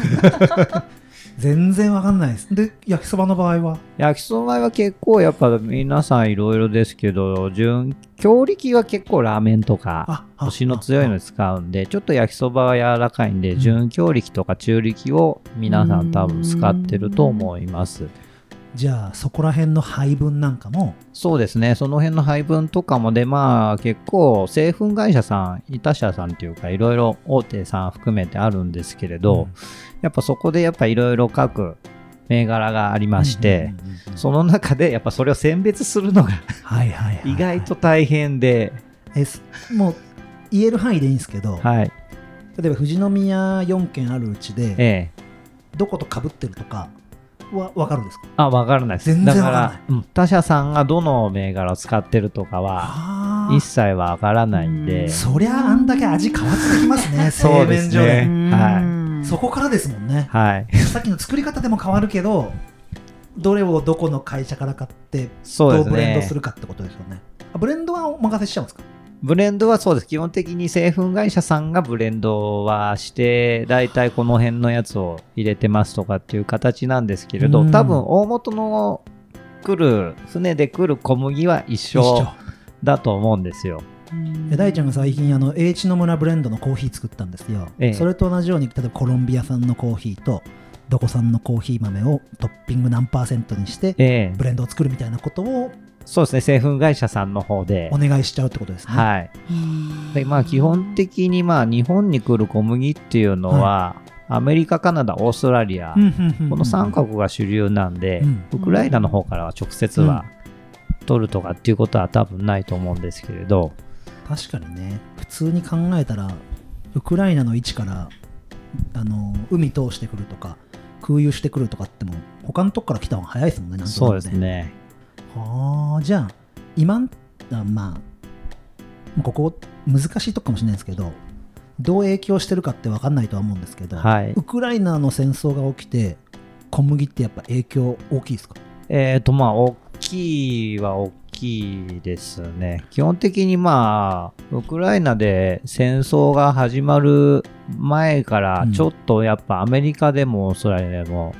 全然わかんないですで焼きそばの場合は焼きそばは結構やっぱ皆さんいろいろですけど、純、強力は結構ラーメンとか、ああコシの強いのあに使うんで、ちょっと焼きそばは柔らかいんで、うん純強力とか中力を皆さん多分使ってると思います。じゃあそこら辺の配分なんかもそうですね、その辺の配分とかもで、まあ結構製粉会社さん、他社さんっていうか、いろいろ大手さん含めてあるんですけれど、うんやっぱそこでやっぱいろいろ各銘柄がありまして、うんうんうんうんその中でやっぱそれを選別するのがはいはいはいはい意外と大変で、えすもう言える範囲でいいんですけど、はい、例えば富士宮4軒あるうちでええ。どことかぶってるとかは分かるんですかあ、わからないです。全然だか、わからうん他社さんがどの銘柄を使ってるとかは、あ一切わからないんうで、んそりゃあんだけ味変わってきますねそ製うで麺すね所ではそこからですもんねはい。さっきの作り方でも変わるけどどれをどこの会社から買ってそどううですブね。レンドするかってことですよねあブレンドはお任せしちゃうんですかブレンドはそうです。基本的に製粉会社さんがブレンドはして、だいたいこの辺のやつを入れてますとかっていう形なんですけれうど、ん多分大元の来る、船で来る小麦は一一緒緒だと思うんですよ。で大ちゃんが最近あの H の村ブレンドのコーヒー作ったんですよ、ええそれと同じように例えばコロンビア産のコーヒーとどこ産のコーヒー豆をトッピング何パーセントにしてええブレンドを作るみたいなことをそうですね。製粉会社さんの方でお。願いしちゃうってことですね、はい。で、まあ基本的にまあ日本に来る小麦っていうのは、アメリカ、カナダ、オーストラリア、ここの3カ国が主流なんで、うんウクライナの方からは直接は取るとかっていうことは多分ないと思うんですけれど、確かにね普通に考えたらウクライナの位置からあの海通してくるとか空輸してくるとかっても他のとこから来た方が早いですもんねなんとなくそうですね。はあじゃあ今んあまあここ難しいとこかもしれないですけどどう影響してるかって分かんないとは思うんですけど、はいウクライナの戦争が起きて小麦ってやっぱ影響大きいですかえっ、とまあ大きいは大きいですね。基本的にまあ、ウクライナで戦争が始まる前かうらん、ちょっとやっぱアメリカでもオーストラリアでも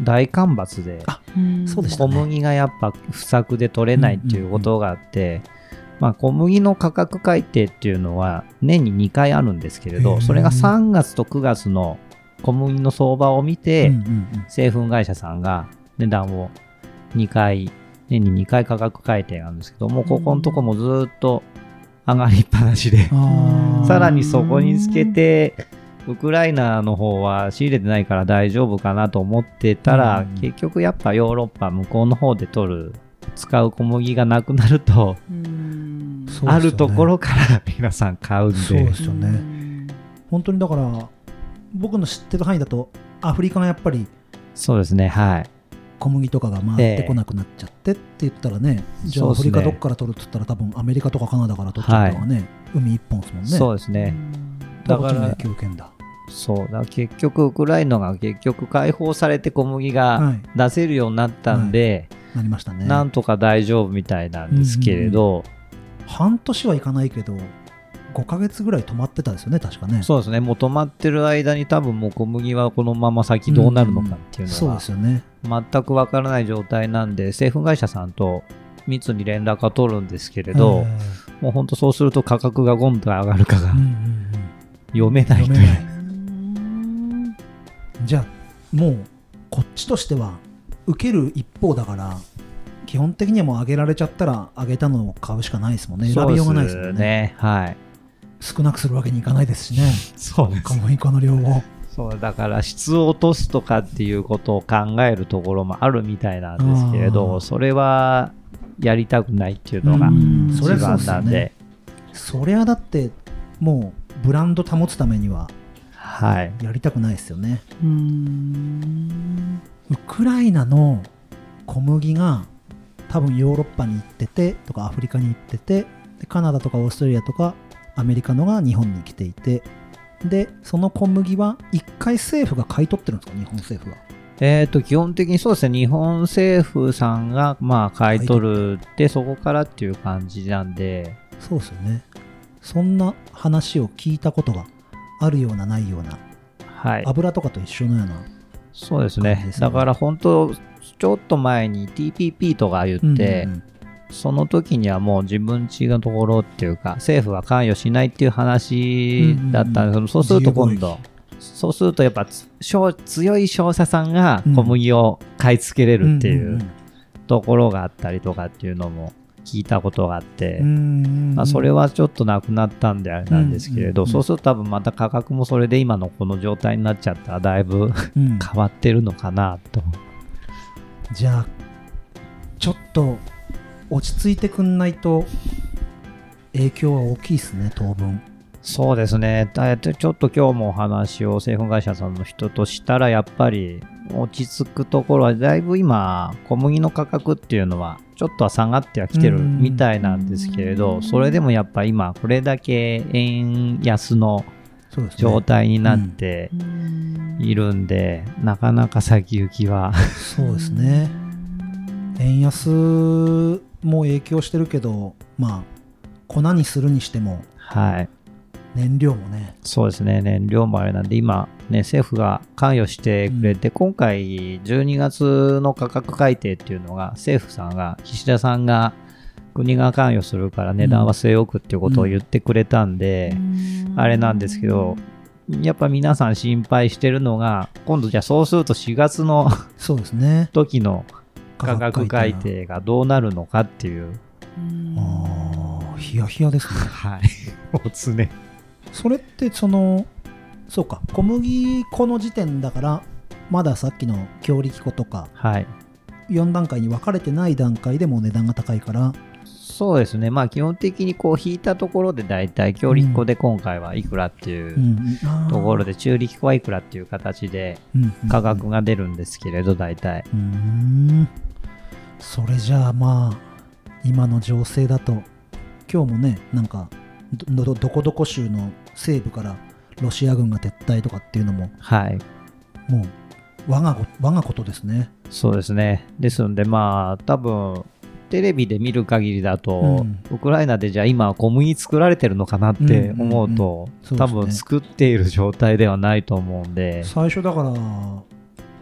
大干ばつで、うんそうでした小ね麦がやっぱ不作で取れないっていうことがあって、まあ、小麦の価格改定っていうのは年に2回あるんですけれへーど、それが3月と9月の小麦の相場を見て、うんうんうん製粉会社さんが値段を2回、年に2回価格改定なんですけども、ここのとこもずっと上がりっぱなしで、あーさらにそこにつけて、ウクライナの方は仕入れてないから大丈夫かなと思ってたら、うん結局やっぱヨーロッパ向こうの方で取る、使う小麦がなくなると、うんそうですよねあるところから [laughs] 皆さん買うんで。そうですよね、うん本当にだから僕の知ってる範囲だとアフリカのやっぱりそうですね、はい。小麦とかが回ってこなくなっちゃってって言ったらね、ええじゃあそうアっすフねリカどっから取るっつったら多分アメリカとかカナダから取っちゃったのがね、海一本ですもんねそうですね。だからこっちもだから影響受けんだそうだから結局ウクライナが結局解放されて小麦がはい出せるようになったんで、なりましたねなんとか大丈夫みたいなんですけれど、半年はいかないけど5ヶ月ぐらい止まってたですよね確かねそうですねもう止まってる間に多分もう小麦はこのまま先どうなるのかっていうそのうはですよね全くわからない状態なんで製粉会社さんと密に連絡は取るんですけれど、えもうほんとそうすると価格が今度上がるかえがうん [laughs] うんうん読めないと読いめうないじゃあもうこっちとしては受ける一方だから基本的にはもう上げられちゃったら上げたのを買うしかないですもんね選びようがないですもんねはい少なくするわけにいかないですしねそうです小麦粉の量をそうだから質を落とすとかっていうことを考えるところもあるみたいなんですけれあーどそれはやりたくないっていうのがうん一そりゃそうっ番すなよんでねそりゃだってもうブランド保つためにははいやりたくないですよねうんウクライナの小麦が多分ヨーロッパに行っててとかアフリカに行っててでカナダとかオーストラリアとかアメリカのが日本に来ていてでその小麦は一回政府が買い取ってるんですか日本政府はえー、と基本的にそうですね日本政府さんがまあ買い取るでそこからっていう感じなんでそうですよねそんな話を聞いたことがあるようなないようなはい油とかと一緒のようなそうです感じねですねだから本当ちょっと前に TPP とか言って、うんうんその時にはもう自分ちのところっていうか政府は関与しないっていう話だったんですけど、そうすると今度そうするとやっぱつ商強い商社さんが小麦を買い付けれるっていんんうところがあったりとかっていうのも聞いたことがあって、うんうんうんまあ、それはちょっとなくなったんであれなんですけれど、うんうんうんそうすると多分また価格もそれで今のこの状態になっちゃったらだいぶうん変わってるのかなと。じゃあちょっと落ち着いてくんないと影響は大きいですね当分そうですね、だいたいちょっと今日もお話を製粉会社さんの人としたら、やっぱり落ち着くところは、だいぶ今、小麦の価格っていうのは、ちょっとは下がってはきてるうんみたいなんですけれど、それでもやっぱ今、これだけ円安のそうですね状態になっているんで、なかなか先行きは、そうですね円安も影響してるけどまあ粉にするにしてもはい、燃料もねそうですね、燃料もあれなんで、今、ね、政府が関与してくれて、今回、12月の価格改定っていうのが、政府さんが、岸田さんが、国が関与するから値段は据え置くっていうことを言ってくれたんで、あれなんですけど、やっぱ皆さん心配してるのが、今度、じゃあそうすると4月のそうですね時の価格改が定がどうなるのかっていう、あーヒヤヒヤですね [laughs] はい、もう常にそれってそのそうか小麦粉の時点だからまださっきの強力粉とかはい、 4段階に分かれてない段階でもう値段が高いからそうですね、まあ、基本的にこう引いたところで大体、強力粉で今回はいくらっていうところでで、中力粉はいくらっていう形で価格が出るんですけれど、大体。うんうんそれじゃあまあ今の情勢だと今日もねなんかどどどこどこ州の西部からロシア軍が撤退とかっていうのもはい、もう我が子我がことですねそうですね。ですので、まあ、多分テレビで見る限りだうと、んウクライナでじゃあ今小麦作られてるのかなって思うと、うんうんうんそうですね多分作っている状態ではないと思うんで、最初だから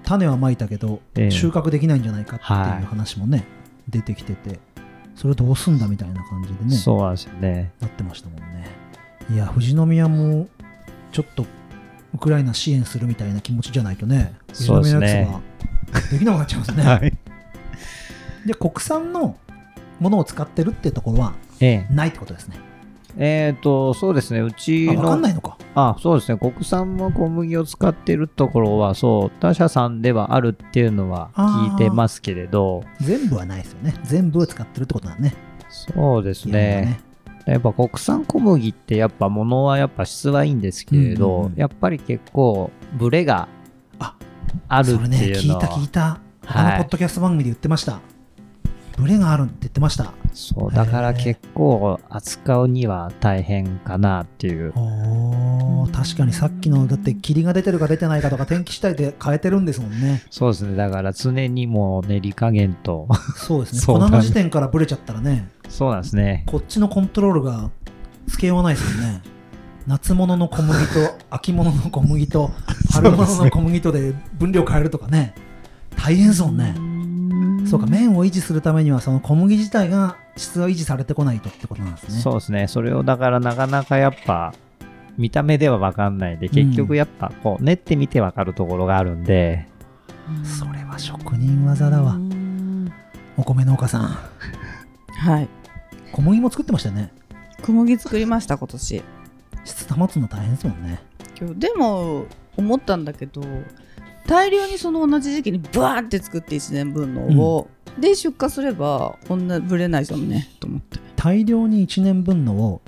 種はまいたけど、ええ収穫できないんじゃないかってはいいう話もね、出てきててそれどうすんだみたいな感じでねそうなんですよね。なってましたもんねいや富士宮もちょっとウクライナ支援するみたいな気持ちじゃないとね富士そうです宮のねやつ [laughs] はできなくなっちゃいますねはい。で国産のものを使ってるってところはええ。ないってことですねえーと、そうですね、うちあ分かんの、ないのかあそうですね、国産の小麦を使ってるところは、そう、他社さんではあるっていうのは聞いてますけれど、全部はないですよね全部を使ってるってことだねそうですいろいろね。ねやっぱ国産小麦ってやっぱ物はやっぱ質はいいんですけれど、うんうんうんやっぱり結構ブレがああるそれっねていう聞いのたは聞いたはあいのポッドキャスト番組で言ってましたブレがあるって言ってましたそうだから結構扱うには大変かなっていうおー確かにさっきのだって霧が出てるか出てないかとか天気次第で変えてるんですもんねそうですねだから常にもう練り加減と [laughs] そうですねそう粉なんだの時点からブレちゃったらねそうなんですねこっちのコントロールがつけようがないですよね夏物の小麦と秋物の小麦と春物の小麦とで分量変えるとかね大変ですもんねそうか麺を維持するためにはその小麦自体が質が維持されてこないとってことなんですねそうですねそれをだからなかなかやっぱ見た目では分かんないで結局やっぱこう練ってみて分かるところがあるんで、それは職人技だわお米農家さんはい小麦も作ってましたよね小麦作りました今年質保つの大変ですもんね今日でも思ったんだけど大量にその同じ時期にブワーンって作って1年分のを、で出荷すればこんなぶれないじゃんねと思って大量に1年分のを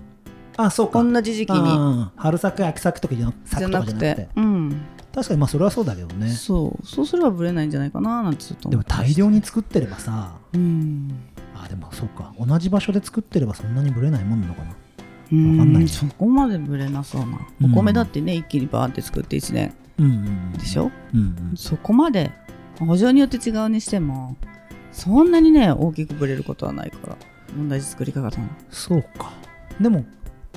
あそうか同じ時期にあー春作秋作とかじゃなくじ作ゃとかなじくゃなくててうん確かにまあそれはそうだけどねそうそうすればぶれないんじゃないかななんてちょっとでも思った大量に作ってればさうんあでもそうか同じ場所で作ってればそんなにブレないもんなのかなうわかんないんそこまでぶれなそうなうんお米だってね一気にバーンって作って1年うんうんでしょうんうんそこまで補助によって違うにしてもそんなにね大きくぶれることはないから同じ作り方なそうかでも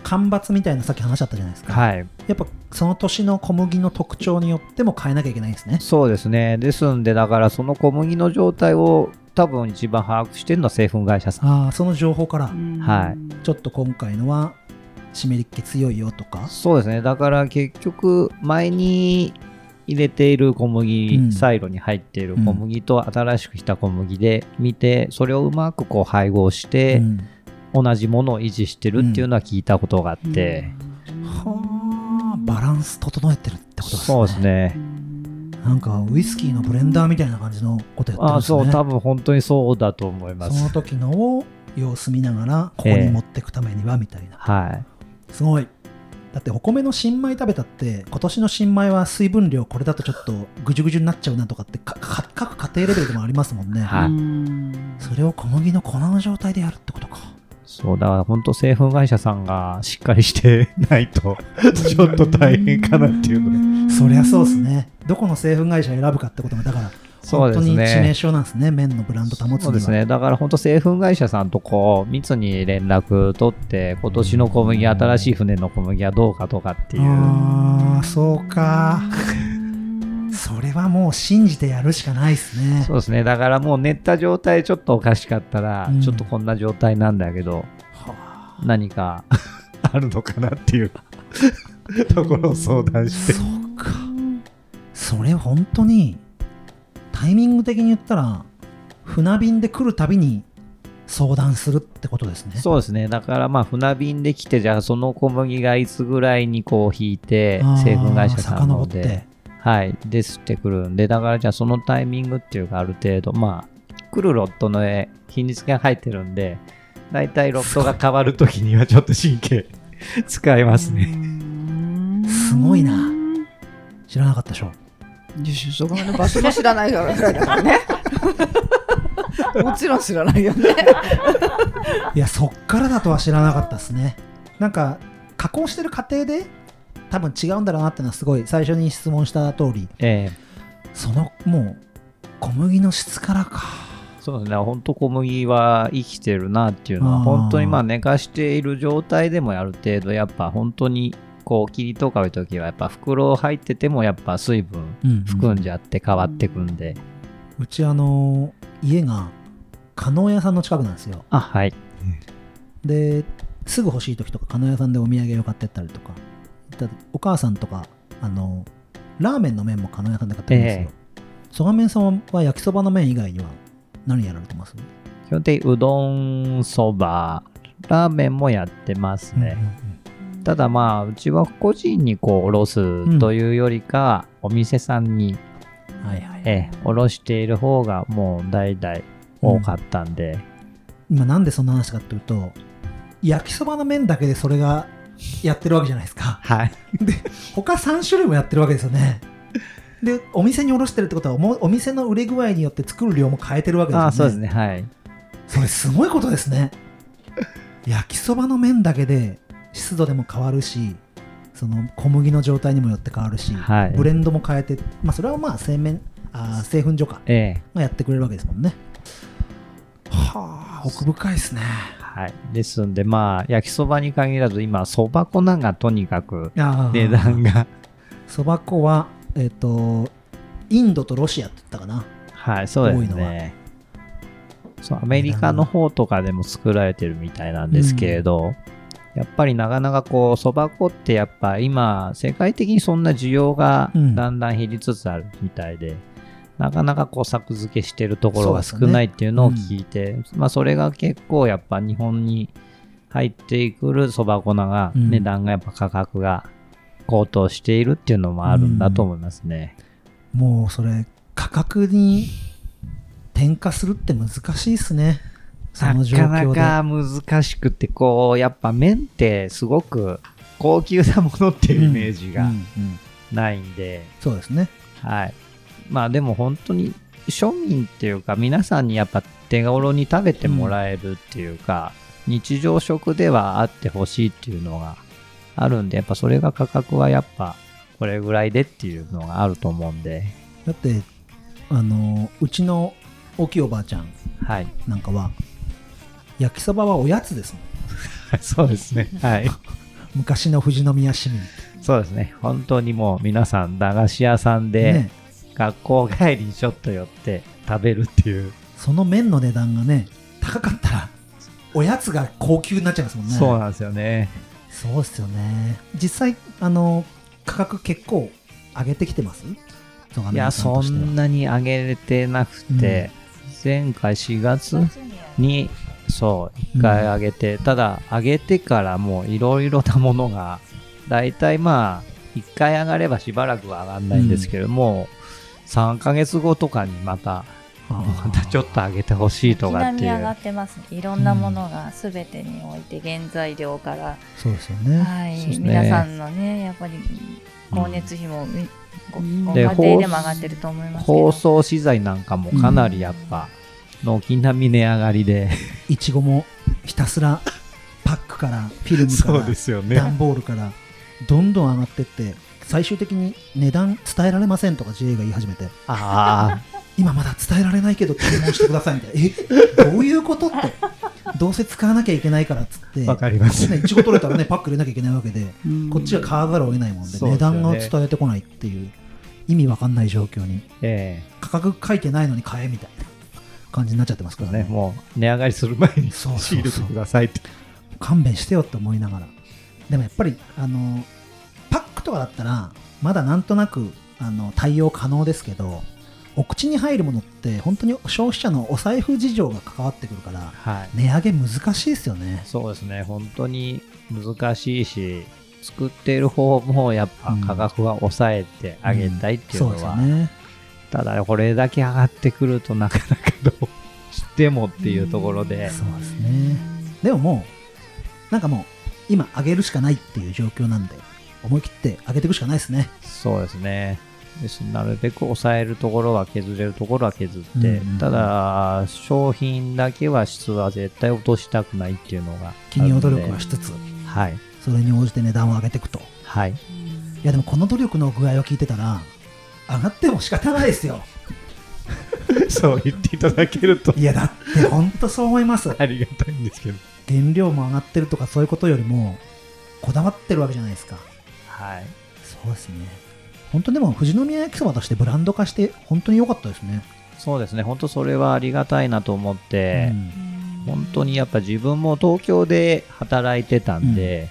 干ばつみたいなさっき話あったじゃないですか、はいやっぱその年の小麦の特徴によっても変えなきゃいけないんですねそうですねですんでだからその小麦の状態を多分一番把握してるのは製粉会社さんああその情報から、うんはいちょっと今回のは湿り気強いよとかそうですねだから結局前に入れている小麦、うんサイロに入っている小麦と新しくした小麦で見てそれをうまくこう配合してうん同じものを維持してるっていうのは聞いたことがあって、はあバランス整えてるってことですねそうですねなんかウイスキーのブレンダーみたいな感じのことやってあまあすねそう多分本当にそうだと思いまそのす時のを様子見ながらここに持ってくためにはみたいな、はいすごいだってお米の新米食べたって今年の新米は水分量これだとちょっとぐじゅぐじゅになっちゃうなとかってか [laughs] か各家庭レベルでもありますもんね、はいそれを小麦の粉の状態でやるってことかそうだから本当製粉会社さんがしっかりして [laughs] ないとちょっと大変かなっていうのでそりゃそうですねどこの製粉会社選ぶかってこともだからそうです本当に致命ね傷なんですね麺のブランド保つにはそうですねだから本当製粉会社さんとこう密に連絡取って今年の小麦新しい船の小麦はどうかとかっていうああそうかそれはもう信じてやるしかないですねそうですねだからもう練った状態ちょっとおかしかったら、うんちょっとこんな状態なんだけどは何か [laughs] あるのかなっていうところを相談あしてそうかそれ本当にタイミング的に言ったら船便で来るたびに相談するってことですねそうですねだからまあ船便で来てじゃあその小麦がいつぐらいにこう引いてあー製粉会社さんの方遡ってではいで吸ってくるんでだからじゃあそのタイミングっていうかある程度まあ来るロットの絵日にちが入ってるんでだいたいロットが変わるときにはちょっと神経 [laughs] 使いますねすごいな知らなかったでしょそこの場所も知らないからねもちろん知らないよねいやそっからだとは知らなかったですねなんか加工してる過程で多分違うんだろうなってのはすごい最初に質問した通りええそのもう小麦の質からかそうだね、本当小麦は生きてるなっていうのあは、ー本当にまあ寝かしている状態でもある程度、やっぱ本当にこう、霧とかいう時は、やっぱ袋入ってても、やっぱ水分うん含んじゃって変わってくんで、うちあの家が加納屋さんの近くなんですよあ、はい。ですぐ欲しい時とか加納屋さんでお土産を買ってったりとかだってお母さんとかあのラーメンの麺も加納屋さんで買ってるんですよ曽我麺さんは焼きそばの麺以外には何やられてます基本的にうどん、そば、ラーメンもやってますね。ただまあ、うちは個人にこう、おろすというよりか、お店さんに、うんうんはいはいええ、おろしている方がもう代々多かったんで、今なんでそんな話かっていうと焼きそばの麺だけでそれがやってるわけじゃないです [laughs] かはい。他3種類もやってるわけですよねでお店に卸してるってことはおもお店の売れ具合によって作る量も変えてるわけですよねああ、そうですね、はい。それすごいことです [laughs] ね焼きそばの麺だけで湿度でも変わるしその小麦の状態にもよって変わるし、はいブレンドも変えて、まあ、それはまあ製麺あー製粉所かええ。がやってくれるわけですもんねはあ奥深いですねはい、ですんで、まあ、焼きそばに限らず、今、そば粉なんかとにかくあー値段が、そば粉はえっ、とインドとロシアって言ったかなはい、そうで多すいのはね。そうアメリカの方とかでも作られてるみたいなんですけれど、やっぱりなかなかこうそば粉ってやっぱ今世界的にそんな需要がうんだんだん減りつつあるみたいで、なかなかこう作付けしてるところがそ少うですねないっていうのを聞いて、まあそれが結構やっぱ日本に入ってくるそば粉がうん値段がやっぱ価格が高騰しているっていうのもあるんだと思いますね。もうそれ価格に転嫁するって難しいですねその状況でなかなか難しくてこうやっぱ麺ってすごく高級なものっていうイメージうんうがんないんで、そうですねはいまあでも本当に庶民っていうか皆さんにやっぱ手頃に食べてもらえるっていうか、日常食ではあってほしいっていうのがあるんでやっぱそれが価格はやっぱこれぐらいでっていうのがあると思うんでだってあのうちの大きいおばあちゃん [laughs] はいなんかは焼きそばはおやつですもんそうですねはい昔の富士宮市民そうですね本当にもう皆さん駄菓子屋さんで、ね学校帰りにちょっと寄って食べるっていう、その麺の値段がね高かったらおやつが高級になっちゃいますもんねそうなんですよねそうっすよね実際あの価格結構上げてきてますゾガいメやラさんそとしてはんなに上げれてなくて、前回4月にそう一回上げて、ただ上げてからもういろいろなものがだいたいまあ1回上がればしばらくは上がんないんですけども、3ヶ月後とかにまたあまた [laughs] ちょっと上げてほしいとかっ軒て並みい上がうってますね。いろんなものがすべてにおいて原材料から、そうですよね、はい、そうですね皆さんのねやっぱり光熱費も、みごごで家庭でも上がってると思いますけど。包装資材なんかもかなりやっぱ軒並み値上がりで、いちごもひたすらパックからフィルムからすよ段ボールからどんどん上がってって最終的に値段伝えられませんとか JA が言い始めてあ今まだ伝えられないけど注文してくださいみたいなえどういうことってどうせ使わなきゃいけないからっつってあ、わかります。ねいちご取れたらねパック入れなきゃいけないわけでうんこっちは買わざるを得ないもんでそうで値すよね段が伝えてこないっていう意味わかんない状況に [laughs] え価格書いてないのに買えみたいな感じになっちゃってますえからね、ねもう値上がりする前にそうそうそう仕入れてくださいって。勘弁してよって思いながらでもやっぱりあのパックとかだったらまだなんとなくあの対応可能ですけどお口に入るものって本当に消費者のお財布事情が関わってくるからはい。値上げ難しいですよねそうですね、本当に難しいし、作っている方もやっぱ価格は抑えてあげたいっていうのは、んそうですよねただこれだけ上がってくるとなかなかどうしてもっていうところで、そうですねでももうなんかもう今上げるしかないっていう状況なんで思い切って上げていくしかないですねそうですね。ですなるべく抑えるところは削れるところは削って、うんうんただ、商品だけは質は絶対落としたくないっていうのが。企業努力はしつつはい。それに応じて値段を上げていくとはい。いやでもこの努力の具合を聞いてたら上がっても仕方ないですよそう言っていただけるといやだって本当そう思いますありがたいんですけど。原料も上がってるとかそういうことよりもこだわってるわけじゃないですかはい。そうですね本当でも富士宮焼きそばとしてブランド化して本当に良かったですね、そうですね。本当それはありがたいなと思ってう、ん本当にやっぱ自分も東京で働いてたんで、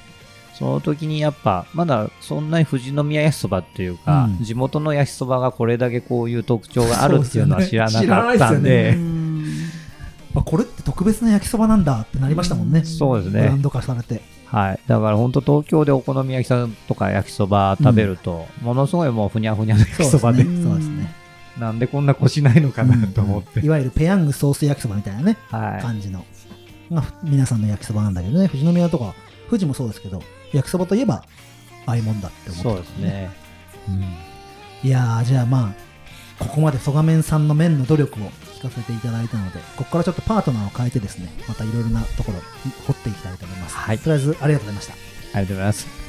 その時にやっぱまだそんなに富士宮焼きそばっていうか、うん地元の焼きそばがこれだけこういう特徴があるっていうのはそうです知よねらなかったんえであこれって特別な焼きそばなんだってなりましたもんね、そうですブランね、ド化されてはい、だから本当東京でお好み焼きさんとか焼きそば食べると、ものすごいもうふにゃふにゃの焼きそばでそうですねそうですねなんでこんなこしないのかなと思って、うんいわゆるペヤングソース焼きそばみたいなねはい、感じの、がふ皆さんの焼きそばなんだけどね富士宮とか富士もそうですけど焼きそばといえばああいうもんだって思ってそうですねいやーじゃあまあここまで曽我面さんの面の努力を聞かせていただいたのでここからちょっとパートナーを変えてですねまたいろいろなところ掘っていきたいと思います、はいとりあえずありがとうございましたありがとうございます